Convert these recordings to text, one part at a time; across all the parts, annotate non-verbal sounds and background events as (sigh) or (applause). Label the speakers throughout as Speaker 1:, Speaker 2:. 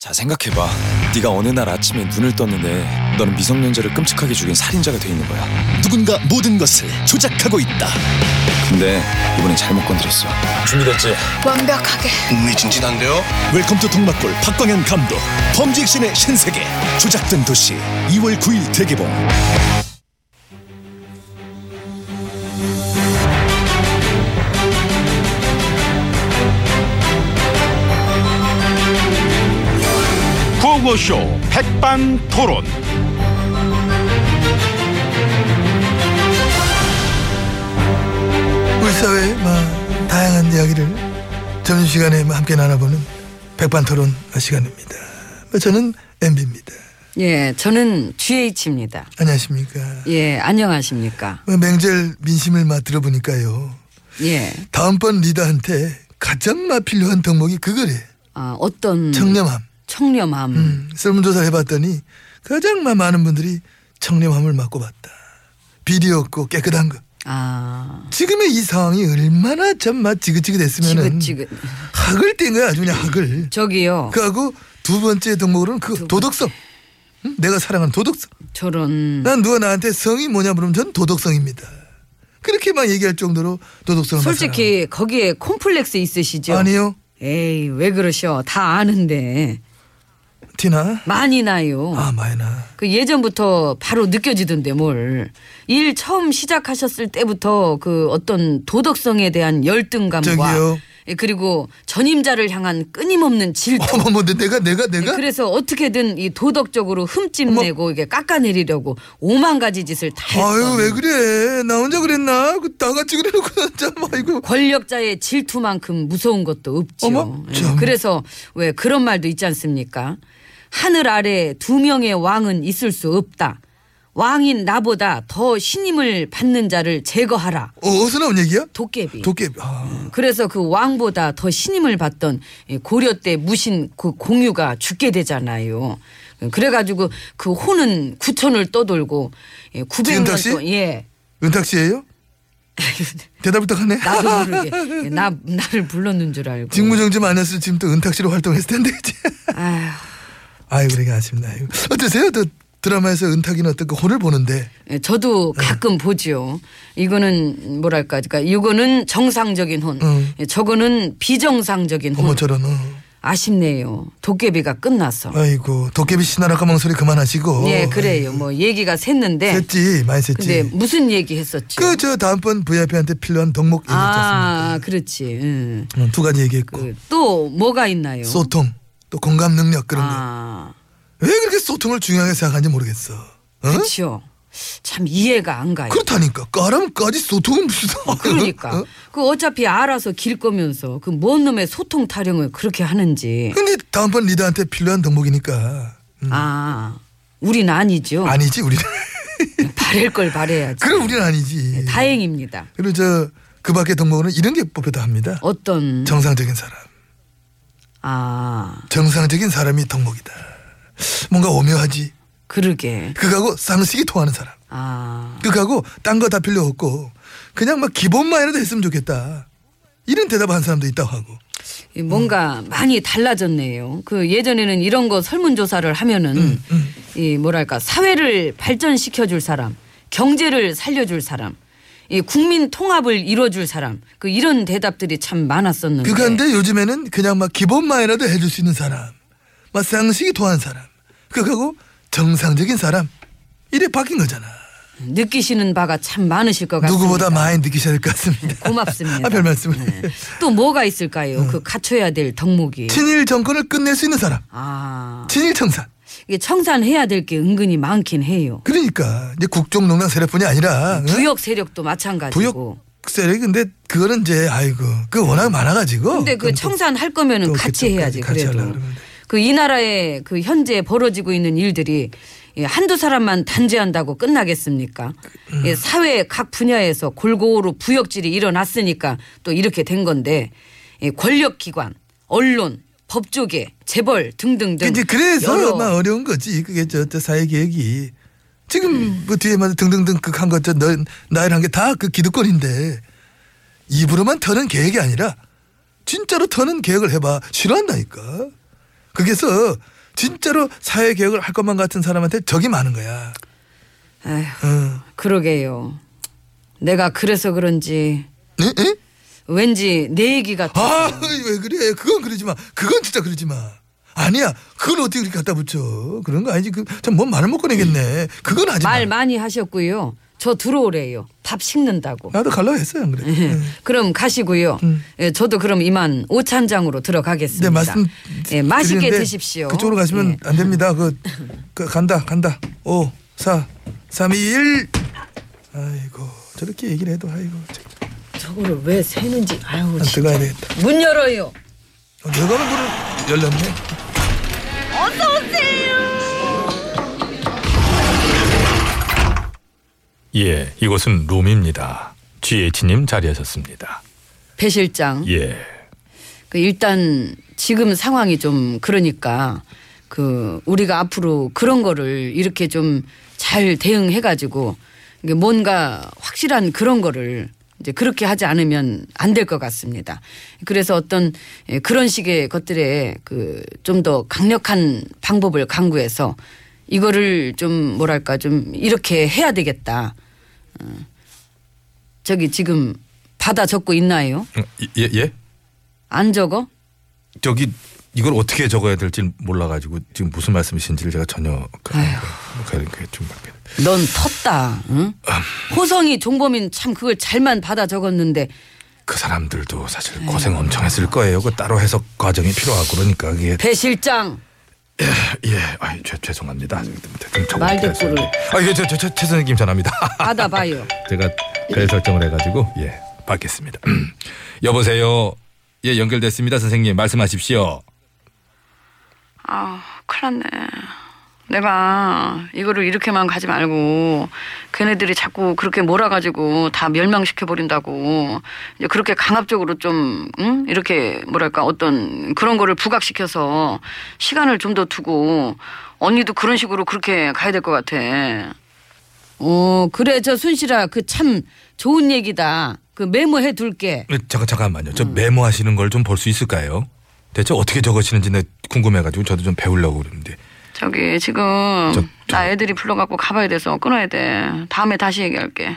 Speaker 1: 자 생각해봐 네가 어느 날 아침에 눈을 떴는데 너는 미성년자를 끔찍하게 죽인 살인자가 돼 있는 거야
Speaker 2: 누군가 모든 것을 조작하고 있다.
Speaker 1: 근데 이번엔 잘못 건드렸어 준비됐지?
Speaker 3: 완벽하게
Speaker 4: 흥미진진한데요?
Speaker 2: 웰컴 투 동막골 박광현 감독 범죄 액션의 신세계 조작된 도시 2월 9일 대개봉.
Speaker 5: 구호쇼 백반토론.
Speaker 6: 우리 사회의 막 다양한 이야기를 점심시간에 막 함께 나눠보는 백반토론 시간입니다. 어, 저는 MB입니다.
Speaker 7: 예, 저는 GH입니다.
Speaker 6: 안녕하십니까.
Speaker 7: 예, 안녕하십니까.
Speaker 6: 뭐 맹절 민심을 막 들어보니까요.
Speaker 7: 예,
Speaker 6: 다음번 리더한테 가장 막 필요한 덕목이 그거래.
Speaker 7: 아, 어떤
Speaker 6: 청렴함.
Speaker 7: 청렴함.
Speaker 6: 음, 설문조사를 해봤더니 가장 막 많은 분들이 청렴함을 막 꼽았다. 비리 없고 깨끗한 거.
Speaker 7: 아,
Speaker 6: 지금의 이 상황이 얼마나 참막 지긋지긋했으면은
Speaker 7: 지긋지긋.
Speaker 6: 학을 뗀 거야 아주 그냥 학을.
Speaker 7: 저기요,
Speaker 6: 어. 그하고 두 번째 덕목으로는 그 도덕성. 응? 내가 사랑하는 도덕성.
Speaker 7: 음. 저런.
Speaker 6: 난 누가 나한테 성이 뭐냐 물으면 전 도덕성입니다. 그렇게 막 얘기할 정도로 도덕성을 막
Speaker 7: 솔직히 거기에 콤플렉스 있으시죠?
Speaker 6: 사랑합니다. 아니요
Speaker 7: 에이, 왜 그러셔? 다 아는데.
Speaker 6: 티나
Speaker 7: 많이 나요.
Speaker 6: 아 마이나
Speaker 7: 그 예전부터 바로 느껴지던데 뭘. 일 처음 시작하셨을 때부터 그 어떤 도덕성에 대한 열등감과
Speaker 6: 저기요.
Speaker 7: 예, 그리고 전임자를 향한 끊임없는 질투.
Speaker 6: 어머 뭐 내가 내가 내가
Speaker 7: 음. 네, 그래서 어떻게든 이 도덕적으로 흠집내고 이게 깎아내리려고 오만 가지 짓을 다 했어.
Speaker 6: 아유 왜 그래 나 혼자 그랬나 그 나같이 그래놓고 (laughs) 진짜 막 이거
Speaker 7: 권력자의 질투만큼 무서운 것도 없지요.
Speaker 6: 어머,
Speaker 7: 예,
Speaker 6: 참.
Speaker 7: 그래서 왜 그런 말도 있지 않습니까? 하늘 아래 두 명의 왕은 있을 수 없다. 왕인 나보다 더 신임을 받는 자를 제거하라.
Speaker 6: 어, 어디서 나온 얘기야?
Speaker 7: 도깨비.
Speaker 6: 도깨비 아,
Speaker 7: 그래서 그 왕보다 더 신임을 받던 이 고려 때 무신 그 공유가 죽게 되잖아요. 그래가지고 그 호는 구천을 떠돌고 예, 900년
Speaker 6: 지은탁 씨?
Speaker 7: 동안 예 (laughs)
Speaker 6: 은탁 씨예요? 대답 부탁하네
Speaker 7: 나도 모르게
Speaker 6: (laughs)
Speaker 7: 예, 나 나를 불렀는 줄 알고
Speaker 6: 직무정지 안 했으면 지금 또 은탁 씨로 활동했을 텐데 이제
Speaker 7: 아휴,
Speaker 6: 아이고 그러게 아쉽네 아이고. 어떠세요? 또 드라마에서 은탁이는 어떤 그 혼을 보는데
Speaker 7: 예, 저도 가끔
Speaker 6: 음.
Speaker 7: 보지요. 이거는 뭐랄까, 그러니까 이거는 정상적인 혼,
Speaker 6: 음.
Speaker 7: 예, 저거는 비정상적인 혼.
Speaker 6: 어머 저런 어.
Speaker 7: 아쉽네요. 도깨비가 끝났어.
Speaker 6: 아이고 도깨비 신나라 까망소리 그만하시고
Speaker 7: 예, 그래요. 네. 뭐 얘기가 샜는데,
Speaker 6: 셌지 많이
Speaker 7: 근데
Speaker 6: 셌지
Speaker 7: 무슨 얘기 했었지?
Speaker 6: 그 저 다음번 VIP한테 필요한 덕목 얘기했지 않습니까
Speaker 7: 아, 그렇지. 응.
Speaker 6: 응, 두 가지 얘기했고
Speaker 7: 그또 뭐가 있나요?
Speaker 6: 소통 또 공감 능력 그런
Speaker 7: 아,
Speaker 6: 거 왜 그렇게 소통을 중요하게 생각하는지 모르겠어 어?
Speaker 7: 그렇죠. 참 이해가 안 가요.
Speaker 6: 그렇다니까 까람까지 소통은 무슨
Speaker 7: 그러니까
Speaker 6: 어?
Speaker 7: 그 어차피 알아서 길 거면서 그 뭔 놈의 소통 타령을 그렇게 하는지.
Speaker 6: 근데 다음번 리더한테 필요한 덕목이니까 음.
Speaker 7: 아, 우린 아니죠.
Speaker 6: 아니지 우리는 (laughs)
Speaker 7: 바랄 걸 바래야지.
Speaker 6: 그럼 우리는 아니지
Speaker 7: 다행입니다.
Speaker 6: 그리고 저 그밖에 덕목은 이런 게 뽑혀도 합니다.
Speaker 7: 어떤
Speaker 6: 정상적인 사람,
Speaker 7: 아
Speaker 6: 정상적인 사람이 덕목이다. 뭔가 오묘하지.
Speaker 7: 그러게
Speaker 6: 그거하고 상식이 통하는 사람.
Speaker 7: 아
Speaker 6: 그거하고 딴 거 다 필요 없고 그냥 막 기본만이라도 했으면 좋겠다. 이런 대답한 사람도 있다고 하고.
Speaker 7: 뭔가 많이 달라졌네요. 그 예전에는 이런 거 설문조사를 하면은
Speaker 6: 음,
Speaker 7: 이 뭐랄까 사회를 발전시켜줄 사람, 경제를 살려줄 사람, 이 국민 통합을 이뤄줄 사람, 그 이런 대답들이 참 많았었는데.
Speaker 6: 그건데 요즘에는 그냥 막 기본만이라도 해줄 수 있는 사람, 막 상식이 통한 사람, 그거하고 정상적인 사람. 이래 바뀐 거잖아.
Speaker 7: 느끼시는 바가 참 많으실 것 같습니다. 네,
Speaker 6: 누구보다 많이 느끼셔야 될 것 같습니다.
Speaker 7: 고맙습니다. 네.
Speaker 6: 아, 별 말씀을. 음.
Speaker 7: 또 뭐가 있을까요? 그 갖춰야 될 덕목이.
Speaker 6: 친일 정권을 끝낼 수 있는 사람.
Speaker 7: 아.
Speaker 6: 친일 청산.
Speaker 7: 이게 청산해야 될 게 은근히 많긴 해요.
Speaker 6: 그러니까 이제 국정농단 세력뿐이 아니라 응?
Speaker 7: 부역 세력도 마찬가지고.
Speaker 6: 네? 부역 세력이 근데 그거는 이제 아이고 그 워낙 많아가지고
Speaker 7: 근데 그
Speaker 6: 그건 또
Speaker 7: 청산할 거면은
Speaker 6: 그러니까 또
Speaker 7: 같이
Speaker 6: 그쪽까지
Speaker 7: 해야지
Speaker 6: 같이
Speaker 7: 그래도.
Speaker 6: 하려고 그러는데.
Speaker 7: 그 이 나라에 그 현재 벌어지고 있는 일들이 예, 한두 사람만 단죄한다고 끝나겠습니까?
Speaker 6: 음.
Speaker 7: 예, 사회 각 분야에서 골고루 부역질이 일어났으니까 또 이렇게 된 건데 예, 권력기관, 언론, 법조계, 재벌 등등등.
Speaker 6: 이제 그래서
Speaker 7: 네. 여러-
Speaker 6: 막 어려운 거지 그게 저, 저 사회 계획이 지금
Speaker 7: 음.
Speaker 6: 뭐
Speaker 8: 그
Speaker 6: 뒤에만 등등등 극한 것저 나열 한게 다 그 기득권인데 입으로만 터는 계획이 아니라 진짜로 터는 계획을 해봐 싫어한다니까
Speaker 8: 그래서 진짜로 사회 개혁을 할 것만 같은 사람한테 적이 많은 거야.
Speaker 7: 아휴,
Speaker 8: 어.
Speaker 7: 그러게요. 내가 그래서 그런지
Speaker 8: 에? 에?
Speaker 7: 왠지 내 얘기 같아.
Speaker 8: 아, 왜 그래? 그건 그러지 마. 그건 진짜 그러지 마. 아니야. 그걸 어떻게 그렇게 갖다 붙여? 그런 거 아니지. 그참뭔 말을 못 꺼내겠네. 그건 하지 마.
Speaker 7: 말 많이 하셨고요. 저 들어오래요. 밥 식는다고.
Speaker 8: 나도 예. 갈라 했어요, 안 그래?
Speaker 7: 예.
Speaker 8: 응.
Speaker 7: 그럼 가시고요. 예, 저도 그럼 이만 오찬장으로
Speaker 8: 음. 네,
Speaker 7: 들어가겠습니다.
Speaker 8: 말씀
Speaker 7: 예, 맛있게
Speaker 8: 드리는데
Speaker 7: 드십시오.
Speaker 8: 그쪽으로 가시면
Speaker 7: 예.
Speaker 8: 안 됩니다. 그, 그 간다, 간다. 5, 4, 3, 2, 1. 아이고, 저렇게 얘기를 해도 아이고. 참.
Speaker 7: 예. 저거를 왜 세는지 아유
Speaker 8: 안
Speaker 7: 진짜.
Speaker 8: 들어가야 되겠다.
Speaker 7: 문 열어요.
Speaker 8: 어, 내가 는 문을 열렸네.
Speaker 6: 예, 이곳은 룸입니다. GH님 자리하셨습니다.
Speaker 7: 배 실장.
Speaker 6: 예,
Speaker 7: 그 일단 지금 상황이 좀 그러니까 그 우리가 앞으로 그런 거를 이렇게 좀 잘 대응해 가지고 이게 뭔가 확실한 그런 거를 이제 그렇게 하지 않으면 안 될 것 같습니다. 그래서 어떤 예, 그런 식의 것들에 그 좀 더 강력한 방법을 강구해서 이거를 좀 뭐랄까 좀 이렇게 해야 되겠다. 어, 저기 지금 받아 적고 있나요?
Speaker 6: 음, 예, 예.
Speaker 7: 안 적어?
Speaker 6: 저기 이걸 어떻게 적어야 될지 몰라가지고 지금 무슨 말씀이신지를 제가 전혀 그, 그러니까 좀 그렇게.
Speaker 7: 넌 텄다. 응? 호성이 종범인 참 그걸 잘만 받아 적었는데
Speaker 6: 그 사람들도 사실 고생 엄청 했을 거예요. 그 따로 해석 과정이 필요하고 그러니까 이게
Speaker 7: 배 실장
Speaker 6: 예, 아, 죄 죄송합니다. 좀 적응
Speaker 7: 말대꾸를.
Speaker 6: 못해서. 아, 이게 저저최 선생님 전합니다. (laughs)
Speaker 7: 받아봐요.
Speaker 6: 제가 글 설정을 해가지고 예, 받겠습니다. 음. 여보세요. 예, 연결됐습니다, 선생님. 말씀하십시오.
Speaker 7: 아 큰일 났네. 내가 이거를 이렇게만 가지 말고 걔네들이 자꾸 그렇게 몰아가지고 다 멸망시켜 버린다고 이제 그렇게 강압적으로 좀 응? 이렇게 뭐랄까 어떤 그런 거를 부각시켜서 시간을 좀 더 두고 언니도 그런 식으로 그렇게 가야 될 것 같아. 어 그래 저 순실아 그 참 좋은 얘기다. 그 메모해 둘게.
Speaker 6: 예, 잠깐 잠깐만요.
Speaker 7: 음.
Speaker 6: 저 메모하시는 걸 좀 볼 수 있을까요? 대체 어떻게 적으시는지 내 궁금해가지고 저도 좀 배우려고 그러는데.
Speaker 7: 저기 지금
Speaker 6: 저- 저-
Speaker 7: 나 애들이 불러갖고 가봐야 돼서 끊어야 돼. 다음에 다시 얘기할게.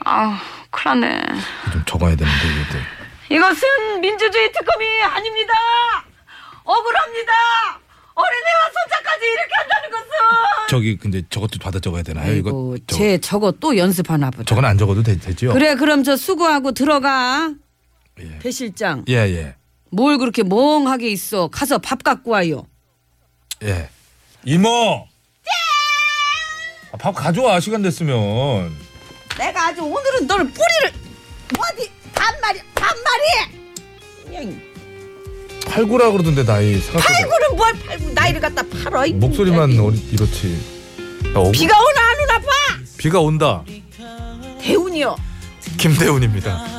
Speaker 7: 아우 큰일 났네.
Speaker 6: 좀 적어야 되는데 이게 또.
Speaker 7: 이것은 민주주의 특검이 아닙니다. 억울합니다. 어린애와 손자까지 이렇게 한다는 것은.
Speaker 6: 저기 근데 저것도 받아 적어야 되나요?
Speaker 7: 아이고
Speaker 6: 이거 저,
Speaker 7: 쟤 저거 또 연습하나 보다.
Speaker 6: 저건 안 적어도 되, 되죠?
Speaker 7: 그래 그럼 저 수고하고 들어가.
Speaker 6: 예.
Speaker 7: 배 실장
Speaker 6: 예, 예.
Speaker 7: 뭘 그렇게 멍하게 있어. 가서 밥 갖고 와요.
Speaker 6: 예. 이모! 아, 밥 가져와, 시간 됐으면.
Speaker 9: 내가 아주 오늘은 너를 뿌리를 어디 반말이 반말이
Speaker 6: 팔구라 그러던데, 나이. 생각보다.
Speaker 9: 팔구는 뭘 팔구 나이를 갖다 팔어 이
Speaker 6: 목소리만 어리, 이렇지. 야, 억울-
Speaker 9: 비가 오나 안 오나 봐
Speaker 6: 비가 온다.
Speaker 9: 대운이요
Speaker 6: 김대훈입니다.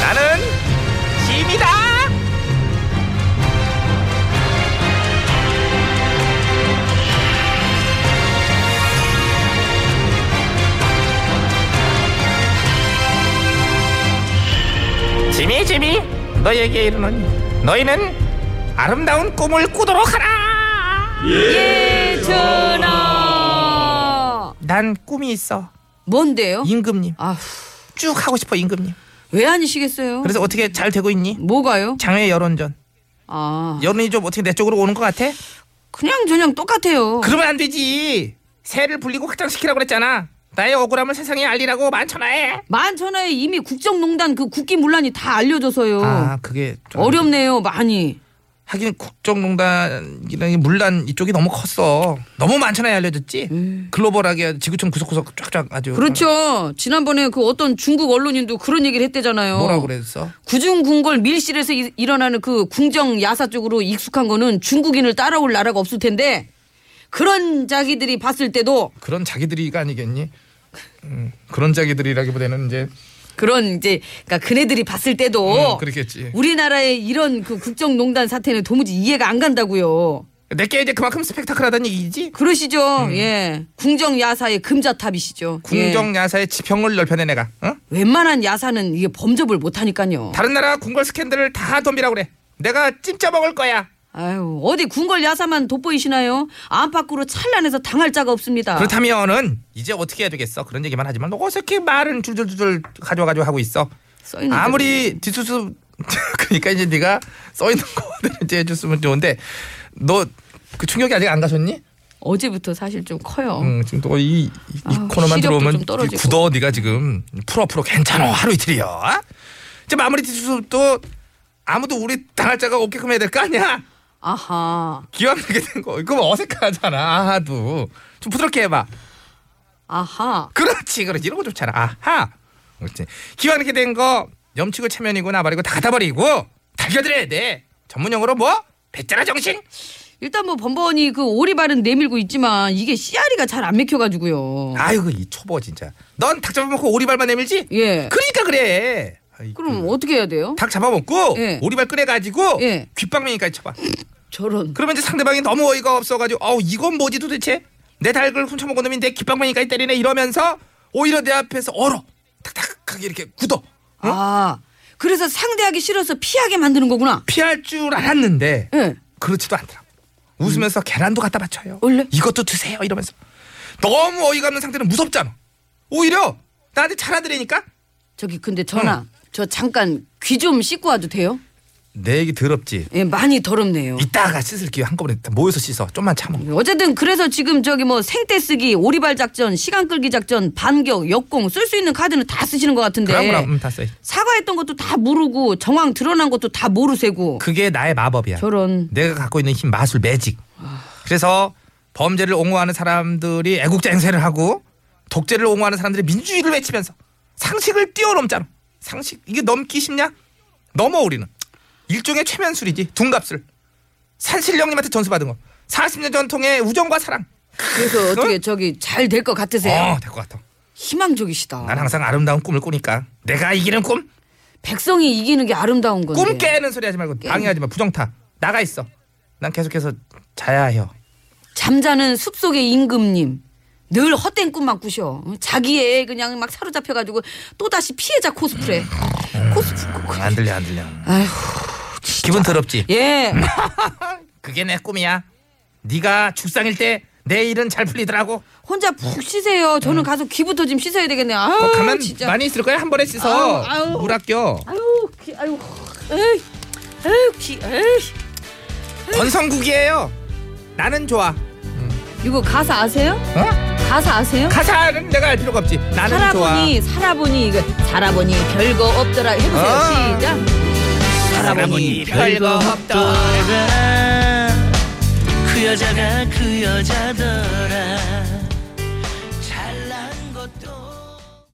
Speaker 10: 나는 짐이다.
Speaker 6: 지미 지미 너에게 이르노니 너희는 아름다운 꿈을 꾸도록 하라.
Speaker 7: 예, 전하.
Speaker 6: 난 꿈이 있어
Speaker 7: 뭔데요?
Speaker 6: 임금님
Speaker 7: 아휴,
Speaker 6: 쭉 하고 싶어 임금님.
Speaker 7: 왜 아니시겠어요?
Speaker 6: 그래서 어떻게 잘 되고 있니?
Speaker 7: 뭐가요?
Speaker 6: 장외 여론전
Speaker 7: 아,
Speaker 6: 여론이 좀 어떻게 내 쪽으로 오는 것 같아?
Speaker 7: 그냥 저냥 똑같아요.
Speaker 6: 그러면 안 되지. 새를 불리고 확장시키라고 그랬잖아. 나의 억울함을 세상에 알리라고 만천하에.
Speaker 7: 만천하에 이미 국정농단 그 국기 문란이 다 알려져서요.
Speaker 6: 아 그게 좀
Speaker 7: 어렵네요, 많이.
Speaker 6: 하긴 국정농단이랑 이 물란 이쪽이 너무 컸어. 너무 만천하에 알려졌지. 글로벌하게 지구촌 구석구석 쫙쫙 아주.
Speaker 7: 그렇죠. 지난번에 그 어떤 중국 언론인도 그런 얘기를 했대잖아요.
Speaker 6: 뭐라고 그랬어?
Speaker 7: 구중궁궐 밀실에서 이- 일어나는 그 궁정 야사 쪽으로 익숙한 거는 중국인을 따라올 나라가 없을 텐데 그런 자기들이 봤을 때도
Speaker 6: 그런 자기들이가 아니겠니? 음, 그런 자기들이라기보다는 이제
Speaker 7: 그런 이제 그러니까 그네들이 봤을 때도
Speaker 6: 음, 그렇겠지.
Speaker 7: 우리나라의 이런 그 국정농단 사태는 도무지 이해가 안 간다고요.
Speaker 6: 내게 이제 그만큼 스펙타클하다는 얘기지.
Speaker 7: 그러시죠. 예. 궁정 야사의 금자탑이시죠. 예.
Speaker 6: 음. 궁정 야사의 지평을 넓혀내 내가. 어?
Speaker 7: 웬만한 야사는 이게 범접을 못 하니까요.
Speaker 6: 다른 나라 궁궐 스캔들을 다 덤비라고 그래. 내가 찜짜 먹을 거야.
Speaker 7: 아유, 어디 궁궐 야사만 돋보이시나요? 안팎으로 찬란해서 당할 자가 없습니다.
Speaker 6: 그렇다면은 이제 어떻게 해야 되겠어? 그런 얘기만 하지만 너 어떻게 말은 줄줄줄줄 가져가지고 하고 있어?
Speaker 7: 써 있는
Speaker 6: 아무리 뒷수습 (laughs) 그러니까 이제 네가 써 있는 거를 (laughs) 이제 해줬으면 좋은데 너 그 충격이 아직 안 가셨니?
Speaker 7: 어제부터 사실 좀 커요.
Speaker 6: 응, 지금 또 이, 이, 이
Speaker 7: 아,
Speaker 6: 코너만
Speaker 7: 시력도
Speaker 6: 들어오면
Speaker 7: 좀 떨어지고.
Speaker 6: 굳어 네가 지금 풀어 풀어 괜찮아 하루 이틀이야. 어? 이제 마무리 뒷수습도 아무도 우리 당할 자가 없게끔 해야 될 거 아니야?
Speaker 7: 아하,
Speaker 6: 기왕 그렇게 된 거. 이거 뭐 어색하잖아. 아하도 좀 부드럽게 해봐.
Speaker 7: 아하.
Speaker 6: 그렇지 그렇지 이런 거 좋잖아 아하 그렇지 기왕 이렇게 된 거 염치고 체면이고 나발이고 다 닫아버리고 달겨들어야 돼 전문용어로 뭐? 배짜라 정신?
Speaker 7: 일단 뭐 번번이 그 오리발은 내밀고 있지만 이게 씨알이가 잘 안 맥혀가지고요.
Speaker 6: 아이고 이 초보 진짜 넌 닭 잡아먹고 오리발만 내밀지?
Speaker 7: 예.
Speaker 6: 그러니까 그래 아이고.
Speaker 7: 그럼 어떻게 해야 돼요?
Speaker 6: 닭 잡아먹고
Speaker 7: 예.
Speaker 6: 오리발 꺼내가지고
Speaker 7: 예.
Speaker 6: 귓방맹이까지 쳐봐
Speaker 7: 저런.
Speaker 6: 그러면 이제 상대방이 너무 어이가 없어가지고 어우 이건 뭐지 도대체 내 닭을 훔쳐먹은 놈이 내 귓방맹이까지 때리네 이러면서 오히려 내 앞에서 얼어 탁탁하게 이렇게 굳어
Speaker 7: 아, 그래서 상대하기 싫어서 피하게 만드는 거구나.
Speaker 6: 피할 줄 알았는데
Speaker 7: 예.
Speaker 6: 그렇지도 않더라. 웃으면서 계란도 갖다 바쳐요.
Speaker 7: 원래?
Speaker 6: 이것도 드세요 이러면서 너무 어이가 없는 상태는 무섭잖아. 오히려 나한테 잘하더라니까.
Speaker 7: 저기 근데 전화,
Speaker 6: 어.
Speaker 7: 저 잠깐 귀 좀 씻고 와도 돼요?
Speaker 6: 내 얘기 더럽지.
Speaker 7: 예, 많이 더럽네요.
Speaker 6: 이따가 씻을 기회 한꺼번에 다 모여서 씻어. 좀만 참어.
Speaker 7: 네. 어쨌든 그래서 지금 저기 뭐 생떼 쓰기, 오리발 작전, 시간 끌기 작전, 반격, 역공 쓸 수 있는 카드는 다 쓰시는 것 같은데.
Speaker 6: 그럼 그럼 음, 다 써.
Speaker 7: 사과했던 것도 다 모르고 정황 드러난 것도 다 모르세고
Speaker 6: 그게 나의 마법이야.
Speaker 7: 저런
Speaker 6: 내가 갖고 있는 힘 마술 매직. 그래서 범죄를 옹호하는 사람들이 애국자 행세를 하고 독재를 옹호하는 사람들이 민주주의를 외치면서 상식을 뛰어넘잖아. 상식 이게 넘기 쉽냐? 넘어 우리는 일종의 최면술이지 둔갑술. 산신령님한테 전수받은 거. 40년 전통의 우정과 사랑.
Speaker 7: 그래서 어떻게 저기 잘 될 것 같으세요?
Speaker 6: 어, 될 것 같아.
Speaker 7: 희망적이시다.
Speaker 6: 난 항상 아름다운 꿈을 꾸니까 내가 이기는 꿈.
Speaker 7: 백성이 이기는 게 아름다운 건데.
Speaker 6: 꿈 깨는 소리 하지 말고 방해하지 마. 부정타. 나가 있어. 난 계속해서 자야 해요.
Speaker 7: 잠자는 숲속의 임금님. 늘 헛된 꿈만 꾸셔. 자기의 그냥 막 사로잡혀가지고 또다시 피해자 코스프레. 코스프레.
Speaker 6: 안 들려 안 들려.
Speaker 7: 아휴,
Speaker 6: 기분 더럽지.
Speaker 7: 예.
Speaker 6: 그게 내 꿈이야. 네가 죽상일 때 내 일은 잘 풀리더라고.
Speaker 7: 혼자 푹 쉬세요. 저는 가서 귀부터 좀 씻어야 되겠네요. 아유,
Speaker 6: 거 가면
Speaker 7: 진짜.
Speaker 6: 많이 있을 거야 한 번에 씻어.
Speaker 7: 아유, 아유.
Speaker 6: 물 아껴.
Speaker 7: 아유, 귀, 아유, 에이, 에이, 귀, 에이.
Speaker 6: 건성국이에요. 나는 좋아.
Speaker 7: 이거 가사 아세요?
Speaker 6: 어?
Speaker 7: 가사 아세요?
Speaker 6: 가사는 내가 알 필요가 없지. 나는
Speaker 7: 살아보니 살아보니 이거 살아보니 별거 없더라 해보세요
Speaker 6: 아.
Speaker 7: 시작
Speaker 6: 좋아.
Speaker 7: 살아보니 별거
Speaker 6: 없다.
Speaker 11: 그 여자가 그 여자더라